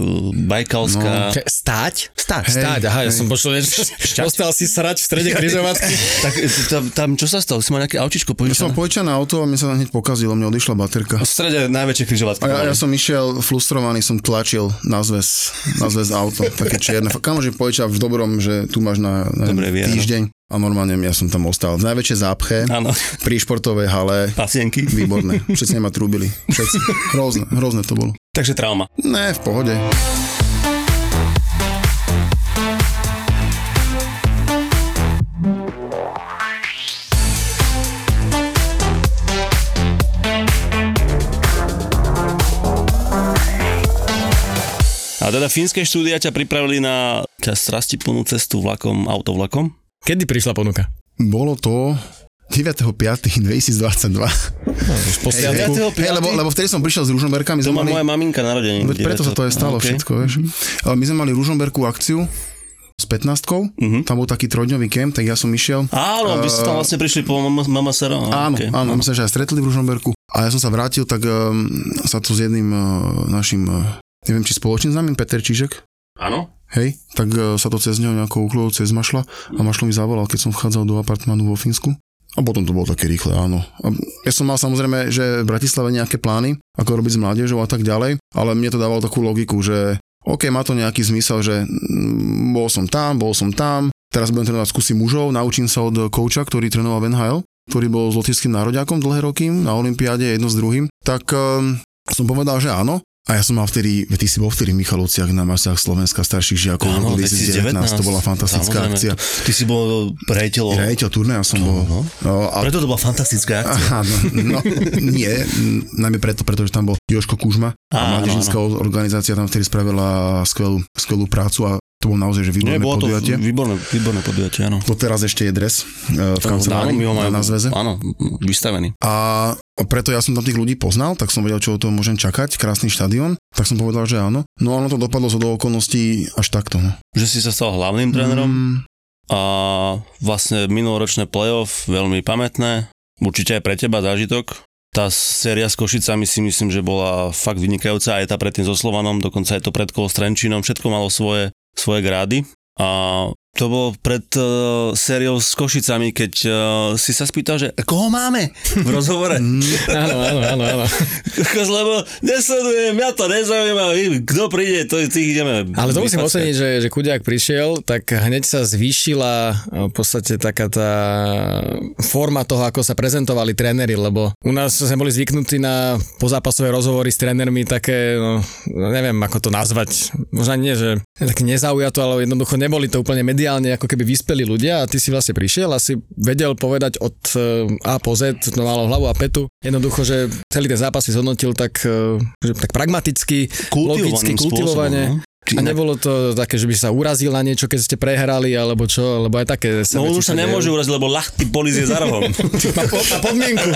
Bajkalska. No.
Čo, Stáť?
Stáť.
Hej,
Stáť, aha, ja
hej.
som počul niečo. Ostal si srať v strede
[laughs]
križovatky.
Tak eh, tam, tam, čo sa stalo? Si mal nejaké aučičko
Ja som
požičané?
požičané auto a mne sa tam hneď pokazilo, mne odišla baterka.
V strede najväčšej križovatky.
A ja, ja
boli.
som išiel frustrovaný, som tlačil na zväz, na zväz auto, také čierne. Kamož mi požičal v dobrom, že tu máš na, na
Dobre vie, áno.
týždeň. A normálne ja som tam ostal. V najväčšej zápche,
Áno,
pri športovej hale.
pacienky.
Výborné. Všetci ma trúbili. Všetci. Hrozné, hrozné to bolo.
Takže trauma.
Ne, v pohode.
A teda fínske štúdia ťa pripravili na ťa strastiplnú cestu vlakom, autovlakom.
Kedy prišla ponuka?
Bolo to 9.5.2022.
Už po
Hej, hej,
sviatku.
hej, lebo, lebo vtedy som prišiel z Ružomberka, my
To má
sme mali...
moja maminka narodenie.
Veď preto sa to
No,
aj stalo okay. všetko, vieš. Ale my sme mali Ružomberku akciu s 15
Mhm.
tam bol taký trojdňový kemp, tak ja som išiel.
Áno, vy ste tam
Eh,
vlastne prišli po mama, mama Sara.
Áno, okay. áno, my sme sa aj stretli v Ružomberku. A ja som sa vrátil, tak um, sa tu s jedným uh, našim, uh, neviem či spoločným známym, Peter Čížek,
áno.
Hej, tak e, sa to cez neho nejako uchlilo cez Mašla a Mašlo mi zavolal, keď som vchádzal do apartmanu vo Fínsku. A potom to bolo také rýchle, áno. A ja som mal samozrejme, že v Bratislave nejaké plány, ako robiť s mládežou a tak ďalej, ale mne to dávalo takú logiku, že OK, má to nejaký zmysel, že mm, bol som tam, bol som tam, teraz budem trénovať skúsi mužov, naučím sa od kouča, ktorý trénoval v NHL, ktorý bol s lotickým nároďákom dlhé roky na Olympiáde jedno s druhým, tak um, som povedal, že áno. A ja som mal vtedy, veď ty si bol vtedy v Michalovciach na Marsiach Slovenska starších žiakov v roku 2019, to bola fantastická
Samozrejme,
akcia.
to- Ty si bol rejiteľom.
Rejiteľ turnaja som bol.
No.
No, a
Preto to bola fantastická akcia.
Aha, no, no nie, n- najmä preto, pretože tam bol Joško Kužma a
Áno,
mládežnická organizácia tam vtedy spravila skvelú, skvelú prácu a to bolo naozaj že
Nie,
výborné
bolo to
podujatie.
výborné, výborné podujatie, áno.
To teraz ešte je dres e,
Áno,
v kancelárii
my ho máme-
na zväze.
Áno, vystavený.
A preto ja som tam tých ľudí poznal, tak som vedel, čo od toho môžem čakať, krásny štadión, tak som povedal, že áno. No a ono to dopadlo zo do okolností až takto. No.
Že si sa stal hlavným trénerom.
Mm,
a vlastne minuloročné playoff, veľmi pamätné, určite aj pre teba zážitok. Tá séria s Košicami si myslím, že bola fakt vynikajúca, aj tá predtým so Slovanom, dokonca aj to predkolo s Trenčínom, všetko malo svoje, svoje grády. A to bolo pred uh, sériou s Košicami, keď uh, si sa spýtal, že koho máme v rozhovore?
[laughs]
Mm,
Áno, áno, áno, áno.
Kokos, Lebo nesledujem, ja to nezaujíma, vy, kto príde, to tých ideme.
Ale to musím
vyfackať.
oceniť, že, že Kudiak prišiel, tak hneď sa zvýšila e, v podstate taká tá forma toho, ako sa prezentovali tréneri, lebo u nás sme boli zvyknutí na pozápasové rozhovory s trénermi také, no, neviem ako to nazvať, možno ani nie, že tak nezaujato, ale jednoducho neboli to úplne mediálne ako keby vyspeli ľudia a ty si vlastne prišiel a si vedel povedať od e, A po Z, no malo hlavu a petu, jednoducho, že celý ten zápas si zhodnotil tak, e, že, tak pragmaticky, logicky,
Kultivovaným
kultivovane.
spôsobom, no. Či
A
inak-
nebolo to také, že by sa urazil na niečo, keď ste prehrali, alebo čo, lebo aj také sa
No on
veci,
už sa
čo dejú. [laughs]
nemôže uraziť, lebo ľahký polis je za rohom.
Má, po, má podmienku.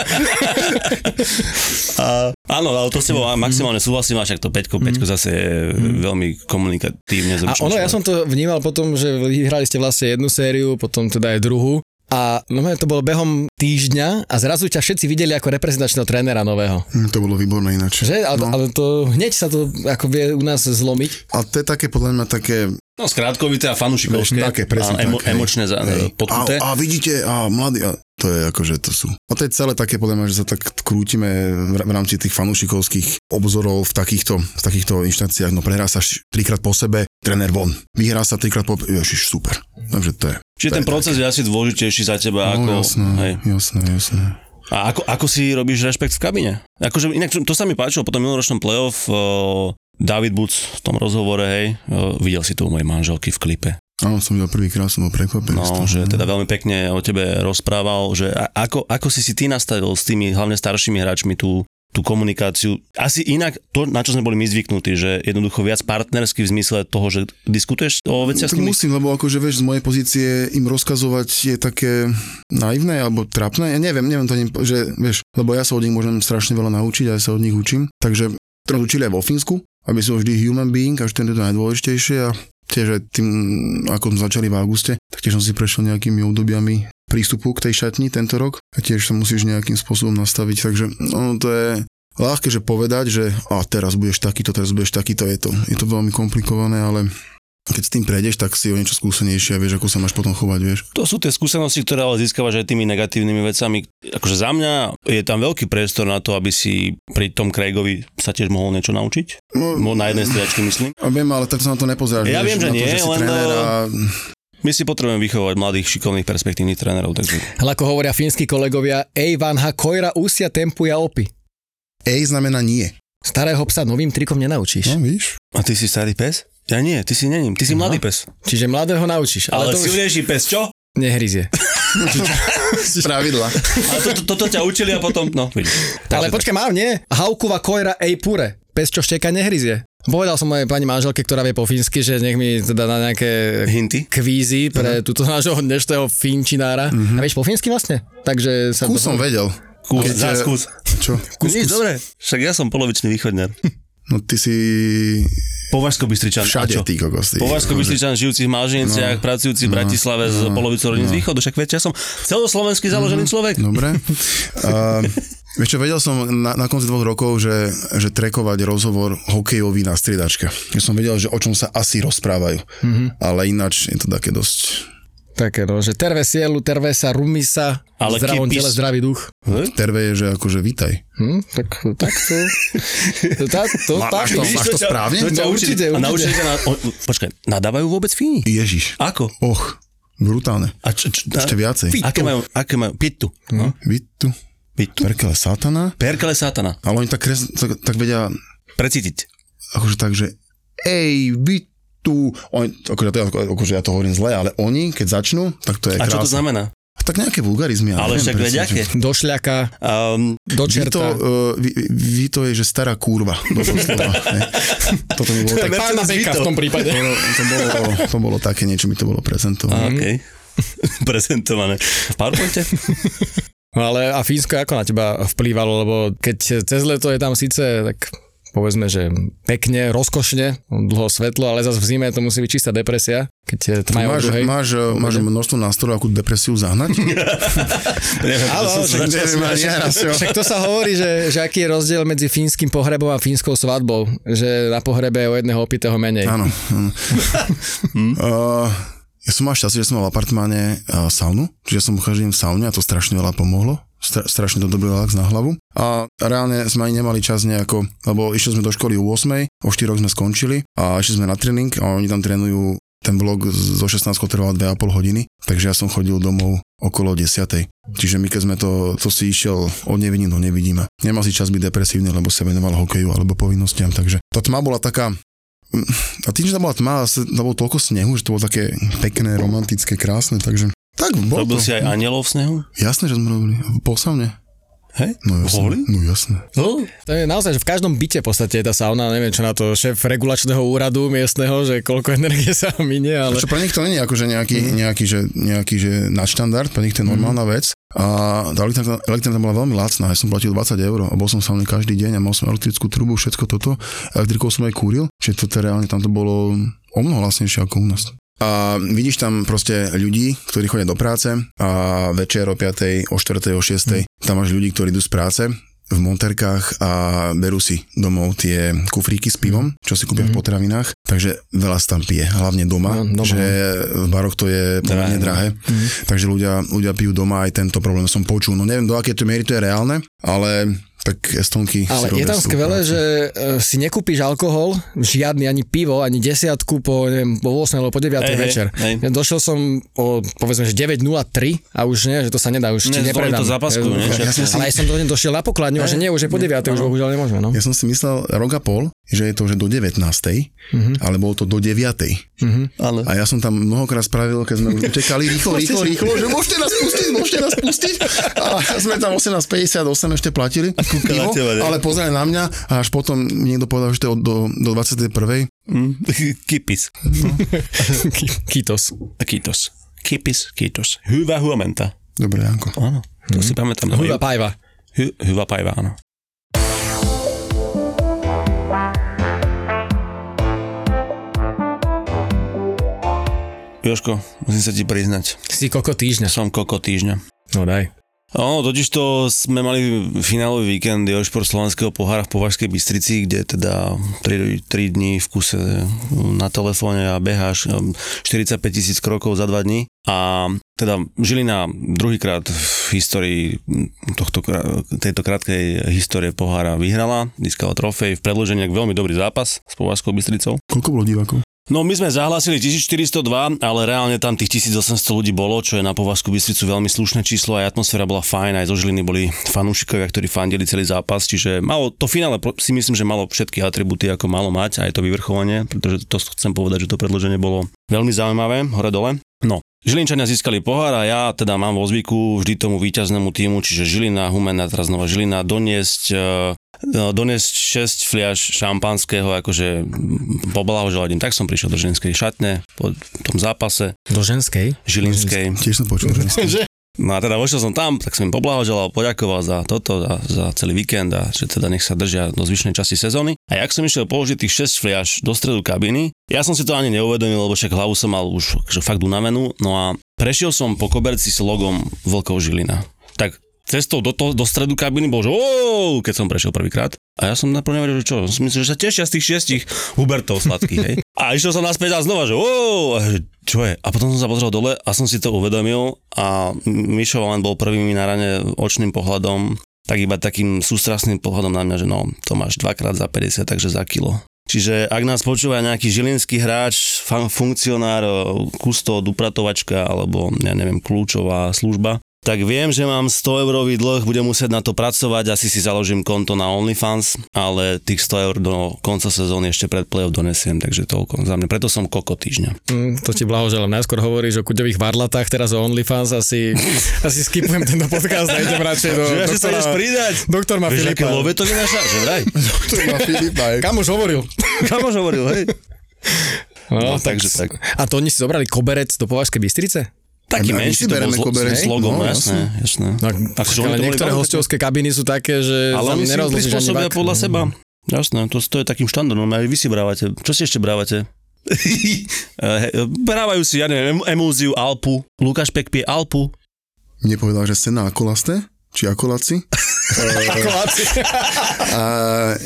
A... Áno, ale to s tebou maximálne
Mhm.
súhlasím, a však to Peťko, Peťko zase je veľmi komunikatívne
A
zručný.
ono, ja som to vnímal potom, že vyhrali ste vlastne jednu sériu, potom teda aj druhú. A no to bolo behom týždňa a zrazu ťa všetci videli ako reprezentačného trénera nového.
mm, to bolo výborné ináč.
Že? Ale, no. ale to hneď sa to ako vie u nás zlomiť.
A to je také podľa mňa také
No skrátkovité a fanušikovské.
Také, presne
a emo,
tak, hej.
Emočné za,
Hej.
podkuté.
A, a vidíte, a mladí, a to je akože, to sú. A to je celé také, podľa mňa, že sa tak krútime v ra- v rámci tých fanúšikovských obzorov v takýchto, v takýchto inštanciách. No prehrá sa š- trikrát po sebe, tréner von. Vyhrá sa trikrát po... Ježiš, super. Takže to je.
Čiže ten proces je asi dôležitejší za teba. ako,
no, jasné,
hej.
jasné, jasné.
A ako, ako si robíš rešpekt v kabine? Akože, inak to sa mi páčilo po tom minuloročnom playoff, eh, David Buc v tom rozhovore, hej, e, videl si to u mojej manželky v klipe.
Áno, som videl prvýkrát, som bol prekvapený. z
No,
toho.
že teda veľmi pekne o tebe rozprával, že a- ako, ako si si ty nastavil s tými hlavne staršími hráčmi tú, tú komunikáciu. Asi inak to, na čo sme boli my zvyknutí, že jednoducho viac partnersky v zmysle toho, že diskutuješ o veciach s
Tak
nimi.
musím, lebo akože vieš, z mojej pozície im rozkazovať je také naivné alebo trapné. Ja neviem, neviem to ani, že vieš, lebo ja sa od nich môžem strašne veľa naučiť a ja sa od nich učím. Takže to nás učili aj vo Fínsku, aby som vždy human being, až ten je to najdôležitejšie a tiež aj tým, ako sme začali v auguste, tak tiež som si prešiel nejakými obdobiami prístupu k tej šatni tento rok a tiež sa musíš nejakým spôsobom nastaviť, takže no, to je ľahké, že povedať, že a teraz budeš takýto, teraz budeš takýto, je to, je to veľmi komplikované, ale keď s tým prejdeš, tak si o niečo skúsenejšie a vieš, ako sa máš potom chovať, vieš.
To sú tie skúsenosti, ktoré ale získavaš aj tými negatívnymi vecami. Akože za mňa je tam veľký priestor na to, aby si pri tom Craigovi sa tiež mohol niečo naučiť. No, na jednej strediačke myslím.
A viem, ale tak sa na to nepozeráš.
Ja
vieš,
viem, že
na to,
nie,
že si
len,
tréner a...
My si potrebujeme vychovať mladých, šikovných, perspektívnych trénerov. Takže...
Ale ako hovoria fínsky kolegovia, ej vanha koira usia tempuja opi.
Ej znamená nie.
Starého psa novým trikom nenaučíš.
No, víš?
A ty si starý pes? Ja nie, ty si nením, ty si mladý pes.
Čiže mladého naučíš, ale, ale to už
silnejší pes, čo?
nehryzie.
[laughs]
Pravidla.
A to, to, toto ťa učili a potom, no, vidíš.
ale počkaj, mám, nie? Haukuva koira ej pure. Pes, čo šteka, nehryzie. Povedal som mojej pani manželke, ktorá vie po fínsky, že nech mi teda na nejaké
Hinty?
Mhm.
kvízy pre túto nášho dnešného finčinára. A vieš po fínsky vlastne? Takže sa...
Kús som vedel.
Kús,
Keď,
zás
eh,
kús.
Čo?
Nič, dobre. Však ja som polovičný východňar.
No ty si
Považsko-Bystričan. a
všade,
čo?
ty kokos. Ty, No.
Považsko-Bystričan, žijúci v Malžineciach, pracujúci v Bratislave s polovicou rodín z východu, však viete, ja som celoslovenský
Mhm.
založený človek.
Dobre.
[laughs]
A, vieš čo, vedel som na, na konci dvoch rokov, že, že trekovať rozhovor hokejový na striedačke. Ja som vedel, že o čom sa asi rozprávajú.
Mhm.
Ale ináč je to také dosť
Také no, že terve sielu, terve sa, rumi sa,
Ale
ale zdravom
kipis.
tele, zdravý duch.
terve je, že akože vítaj.
Hm? Tak, tak to...
[laughs]
to, tá, to,
Má- máš
tak,
to- máš to správne?
No, určite,
A
určite.
naučili ťa na, o, počkaj, nadávajú vôbec Fíni?
Ježiš.
Ako?
Och, brutálne.
A čo, čo,
Ešte viacej.
Aké majú, aké majú, pitu. No.
Vitu.
Pitu.
Perkele satana.
Perkele satana.
Ale oni tak, kres, tak, tak vedia,
Precítiť.
akože tak, že ej, vitu. Oni, akože, to, ja- akože ja to hovorím zle, ale oni, keď začnú, tak to je
A čo to
krásne.
znamená?
Tak nejaké vulgarizmy. ja
Ale
neviem
však
presne,
vedia,
čo-
aké?
Do šľaka,
Um,
do
Vito,
čerta.
uh, Vi- Vito je, že stará kurva.
[laughs]
Doslova, ne? Toto mi bolo tak...
Pána
Mercedes
Beka
Vito.
v tom prípade.
[laughs] To, to, bolo, to bolo také niečo, mi to bolo prezentované.
OK. [laughs] Prezentované. V PowerPointe?
No ale a Fínsko ako na teba vplývalo, lebo keď cez leto je tam síce tak povedzme, že pekne, rozkošne, dlho svetlo, ale zase v zime to musí byť čistá depresia, keď
Ty
tmajú
Máš,
druhej.
máš, eh, máš množstvo nástrojov, ako depresiu
[laughs]
zahnať?
Neviem,
Áno,
to som sa No, začal
však
neviem ani
smiať.
ja raz, jo.
[laughs] Však to sa hovorí, že, že aký je rozdiel medzi fínskym pohrebom a fínskou svadbou, že na pohrebe je o jedného opitého menej.
Áno. áno. uh, ja som mal šťastie, že som mal v apartmáne uh, saunu, čiže som každý deň v saune a to strašne veľa pomohlo. Stra- strašne to dobrý relax na hlavu. A reálne sme ani nemali čas nejako, lebo išli sme do školy o 8, o 4 sme skončili a išli sme na tréning a oni tam trénujú ten blok z- zo 16 trval 2,5 hodiny, takže ja som chodil domov okolo 10. Čiže my keď sme to, to si išiel od nevidím do nevidíme. Nemal si čas byť depresívny, lebo sa venoval hokeju alebo povinnostiam, takže tá tma bola taká mm, a tým, že tam bola tma, a sa- tam bolo toľko snehu, že to bolo také pekné, romantické, krásne, takže... Tak, bolo
Robil
to.
si aj anielov v snehu?
Jasné, že sme robili. Po saune.
Hej?
No jasné.
Boli?
No jasné.
No,
To je naozaj, že v každom byte v podstate je tá sauna, neviem čo na to, šéf regulačného úradu miestneho, že koľko [laughs] energie sa minie, ale...
Ale... Čo pre nich to není akože nejaký, mm. nejaký, že, nejaký že nadštandard, pre nich to je normálna mm. vec. A tá elektrina, elektrina tam bola veľmi lacná, ja som platil 20 eur a bol som v saune každý deň a mal som elektrickú trubu, všetko toto. Elektrikou som aj kúril, čiže to teda reálne tam to bolo o mnoho lacnejšie ako u nás. A vidíš tam proste ľudí, ktorí chodia do práce a večer o 5, o 4, o 6,
Hm.
tam máš ľudí, ktorí idú z práce v monterkách a berú si domov tie kufríky s pivom,
Hm.
čo si kúpia v potravinách, takže veľa sa tam pije, hlavne doma, no,
No, Hm. doma,
že v baroch to je pomerne
Drahé, no.
drahé, takže ľudia, ľudia pijú doma, aj tento problém som počul, no neviem do aké to miery to je reálne, ale tak estonky si
Ale je
robia
tam
svoju
skvelé,
prácu.
že e, si nekúpiš alkohol, žiadny ani pivo, ani desiatku po, neviem, po 8 alebo po 9
Hej, hej,
večer.
hej.
Ja došiel som o, povedzme, že 9.03 a už nie, že to sa nedá, už ti
Ne, zvolím
nepredám.
to zapasku,
Ja-
ne?
[laughs] Ale aj som do došiel na pokladňu a že nie, už je po 9, už bohužiaľ nemôžeme, no.
Ja som si myslel rok a pol, že je to že do 19.
Mhm.
ale bolo to do 9.
Mhm.
Áno.
A ja som tam mnohokrát spravil, keď sme už utekali rýchlo, rýchlo, rýchlo, že môžete nás pustiť, môžete nás pustiť. A sme tam 18,58 ešte platili.
na
Pivo,
teba, ne?
ale pozerali na mňa a až potom mi niekto povedal, že to je od- do, do 21.
Mm, Kipis.
Ki- Kitos.
Kitos. Kipis, kitos. Hyvä huomenta.
Dobre, Janko.
Áno, to si pamätám.
Huda pajva.
Hy- hyvä päivä, áno. Joško, musím sa ti priznať,
Si koko týždňa.
som koko týždňa.
No daj.
Áno, totiž to sme mali finálový víkend Jošpor slovenského pohára v Považskej Bystrici, kde teda 3, 3 dní v kuse na telefóne a beháš um, 45 tisíc krokov za 2 dní. A teda Žilina druhýkrát v histórii tohto, krá- tejto krátkej histórie pohára vyhrala, získala trofej v predloženiach veľmi dobrý zápas s Považskou Bystricou.
Koľko bolo divákov?
No my sme zahlásili 1402, ale reálne tam tých 1800 ľudí bolo, čo je na Povazku Bystricu veľmi slušné číslo a atmosféra bola fajn, aj zo Žiliny boli fanúšikovia, ktorí fandili celý zápas, čiže malo, to finále pro- si myslím, že malo všetky atributy, ako malo mať, aj to vyvrcholenie, pretože to chcem povedať, že to predloženie bolo veľmi zaujímavé, hore-dole. No, Žilinčania získali pohár a ja teda mám vo zvyku vždy tomu víťaznému týmu, čiže Žilina, Humena, teraz znova Žilina, doniesť eh, No, doniesť 6 fliaž šampanského, ažeže poblahoželať im. Tak som prišiel do Žilinskej šatne po tom zápase
Do ženskej?
Žilinskej.
Tiež som počul. že-
No a teda vošiel som tam, tak som im poblahoželal, poďakoval za toto, za, za celý víkend a že teda nech sa držia do zvyšnej časti sezóny. A jak som išiel položiť tých 6 fliaž do stredu kabiny, ja som si to ani neuvedomil, lebo však hlavu som mal už že fakt unavenú, no a prešiel som po koberci s logom Vlkov Žilina. Tak cestou do, to, do stredu kabiny bol, že "Ó!" keď som prešiel prvýkrát. A ja som naplne veril, že čo, som myslel, že sa tešia z tých šiestich Hubertov sladkých, hej. A išiel som naspäť a znova, že "Ó!" a že čo je? A potom som sa pozrel dole a som si to uvedomil a Mišo len bol prvým na rane očným pohľadom, tak iba takým sústrasným pohľadom na mňa, že no, to máš dvakrát za 50, takže za kilo. Čiže ak nás počúva nejaký žilinský hráč, fan, funkcionár, e, kusto, dupratovačka alebo ja neviem, kľúčová služba, tak viem, že mám 100 eurový dlh, budem musieť na to pracovať, asi si založím konto na OnlyFans, ale tých 100 eur do konca sezóny ešte pred playoff donesiem, takže toľko za mňa. Preto som koko týždňa.
Mm, to ti blahoželám. Najskôr hovoríš o kuďových varlatách, teraz o OnlyFans. Asi, [laughs] asi skipujem tento podcast a idem radšej do
Že No, sa ideš
doktora,
pridať?
doktor ma
Vieš, aké
Filipa.
love to vynáša? Že [laughs] vraj.
To má Filip aj.
Kam už hovoril.
Kamož hovoril, hej. No,
tak-
takže tak.
A to oni si zobrali koberec do Považskej Bystrice?
Taký
my
menší
si
to bol
bereme
s,
koberec,
s logom,
no,
no, jasné, jasné.
No,
Akože oni
ale
to boli
niektoré
veľmi
hostovské kabiny sú také, že
Ale
sa
oni si ich
nerozlíšiš ani
prispôsobia
vak. no.
podľa
[laughs]
seba. Jasné, to, to je takým štandardom, No, aj vy si brávate. Čo si ešte
[laughs]
brávate? Eh, Brávajú si, ja neviem, em- emúziu, Alpu. Lukáš Pek pije Alpu.
Nepovedal, že ste na akolasté? Či akolaci?
Koláci.
A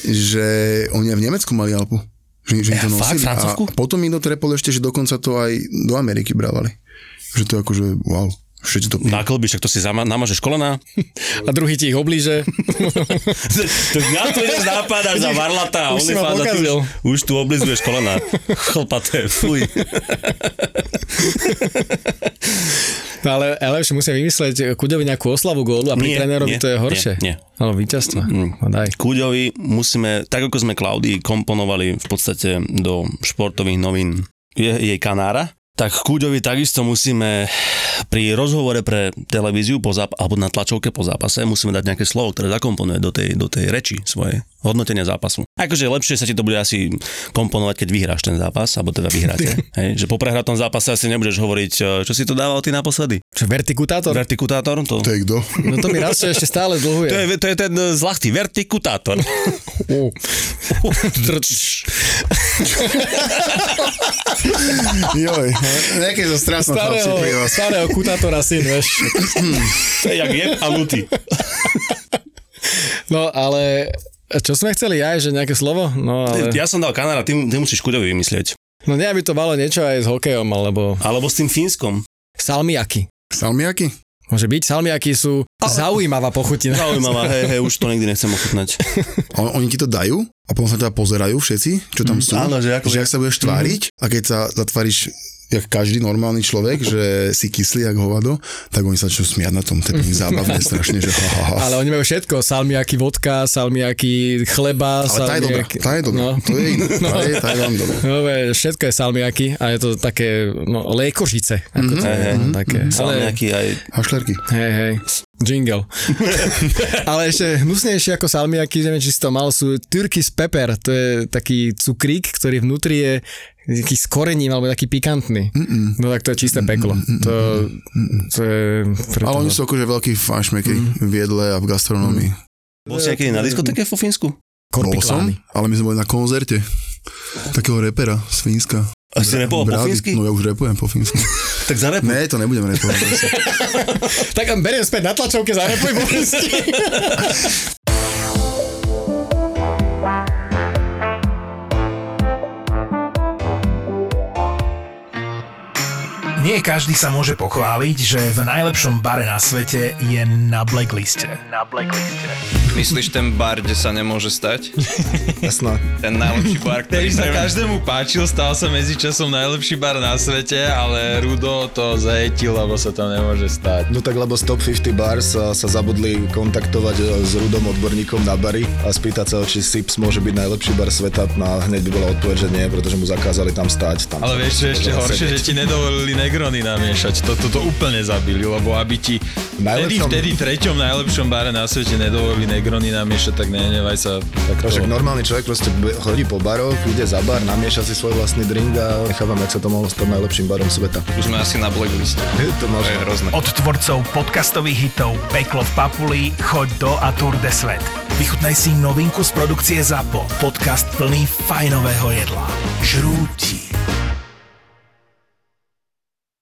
že oni aj v Nemecku mali Alpu. Že, že
Ja,
im to
fakt?
nosili. a
Francúzsku?
potom mi dotrepol ešte, že dokonca to aj do Ameriky brávali. Že to je akože wow. Všetci to pijú.
Na klbiš, tak to si zama- namažeš kolena. [laughs]
A druhý ti ich oblíže.
to ja to ideš nápadáš za varlata.
Už si
OnlyFans,
ma
a ty
pokazil.
už, už tu oblizuješ
[laughs]
kolena. Chlpaté, fuj.
No ale, ale ešte musia vymyslieť Kuďovi nejakú oslavu gólu a pri
Nie,
trénerovi
nie,
to je horšie.
nie, Mm. nie.
Ale víťazstvo. No daj.
Kuďovi musíme, tak ako sme Klaudii komponovali v podstate do športových novín je, jej kanára, tak Kuďovi takisto musíme pri rozhovore pre televíziu po záp- alebo na tlačovke po zápase musíme dať nejaké slovo, ktoré zakomponuje do tej, do tej reči svojej, hodnotenia zápasu. Akože lepšie sa ti to bude asi komponovať, keď vyhráš ten zápas, alebo teda [laughs] vyhráte. Hej? Že po prehratom zápase asi nebudeš hovoriť, e, čo si to dával ty naposledy.
Čo, vertikutátor?
Vertikutátor? To,
To je kto?
No to mi raz čo ešte stále dlhuje.
to, je, to je ten e, zlachtý [laughs] vertikutátor.
Oh.
Joj, nejaké zo strasno chlapci
starého,
pri vás.
starého kutátora syn, vieš.
To je jak jeb a nutý.
No ale čo sme chceli aj, že nejaké slovo? No ale...
Ja som dal Kanára, ty, ty musíš Kuďovi vymyslieť.
No nie, aby to malo niečo aj s hokejom, alebo
Alebo s tým Fínskom.
salmiaky.
Salmiaky?
Môže byť, salmiaky sú
No.
zaujímavá pochutina.
Zaujímavá, hej, hej, už to nikdy nechcem ochutnať.
On, oni ti to dajú a potom sa ťa pozerajú teda všetci, čo tam sú.
[laughs] Mm, áno, že akože ako-
že ak sa budeš tváriť a keď sa zatváriš jak každý normálny človek, že si kyslí jak hovado, tak oni sa začnú smiať na tom, to je pre nich zábavné strašne, že ha, ha, ha.
Ale oni majú všetko, salmiaky vodka, salmiaky chleba,
Ale tá je dobrá,
salmiaky...
tá je dobrá,
No.
to je iná, tá je, tá je veľmi
[laughs]
dobrá.
No, ve, všetko je salmiaky a je to také, no, lékožice. Ako
Mhm.
to je,
Hej, hej.
no, také.
Ale... nejaký aj...
Hašlerky.
Hej, hej,
[laughs]
jingle. Ale ešte hnusnejšie ako salmiaky, neviem, či si to mal, sú Turkish pepper, to je taký cukrík, ktorý vnútri je taký s korením, alebo taký pikantný.
Mhm.
No tak to je čisté peklo. To, to je... Preto...
Ale mhm, oni sú akože veľkí fanšmekri v jedle a v gastronómii.
Bol si niekedy na diskoteke vo Fínsku?
Bol som,
korpiklány.
ale my sme boli na koncerte takého repera z Fínska.
A si repoval po
Brady.
fínsky?
No ja už repujem po fínsky.
Tak zarepuj.
Ne, to nebudem repovať. [laughs] asi.
Tak beriem späť na tlačovke, zarepuj [laughs]
Nie každý sa môže pochváliť, že v najlepšom bare na svete je na blackliste. Na blackliste.
Myslíš ten bar, kde sa nemôže [laughs] stať? [laughs] Ten najlepší bar, ktorý sa každému páčil, stal sa medzičasom najlepší bar na svete, ale Rudo to zajetil, lebo sa tam nemôže stať.
No tak lebo z Top 50 Bars sa, sa zabudli kontaktovať e, s Rudom odborníkom na bary a spýtať sa ho, či Sips môže byť najlepší bar sveta. No a hneď by bola odpoveď, že nie, pretože mu zakázali tam stáť. Tam
Ale
sa-
vieš, čo je ešte
Môžeme
horšie, že
sedieť.
ti nedovolili Negrony namiešať. Toto to, to úplne zabili, lebo aby ti vtedy,
Najlepšom-
vtedy treťom najlepšom bare na svete nedovolili Negrony namiešať, tak nehnevaj sa. Tak
No však normálny človek proste be- chodí po baroch, ide za bar, namieša si svoj vlastný drink a nechávam, jak sa to mohlo stať najlepším barom sveta. [laughs]
Už sme asi na blackliste.
to možno.
hrozné.
Od tvorcov podcastových hitov Peklo v Papuli, Choď do a Tour de Svet. Vychutnaj si novinku z produkcie ZAPO. Podcast plný fajnového jedla. Žrúti.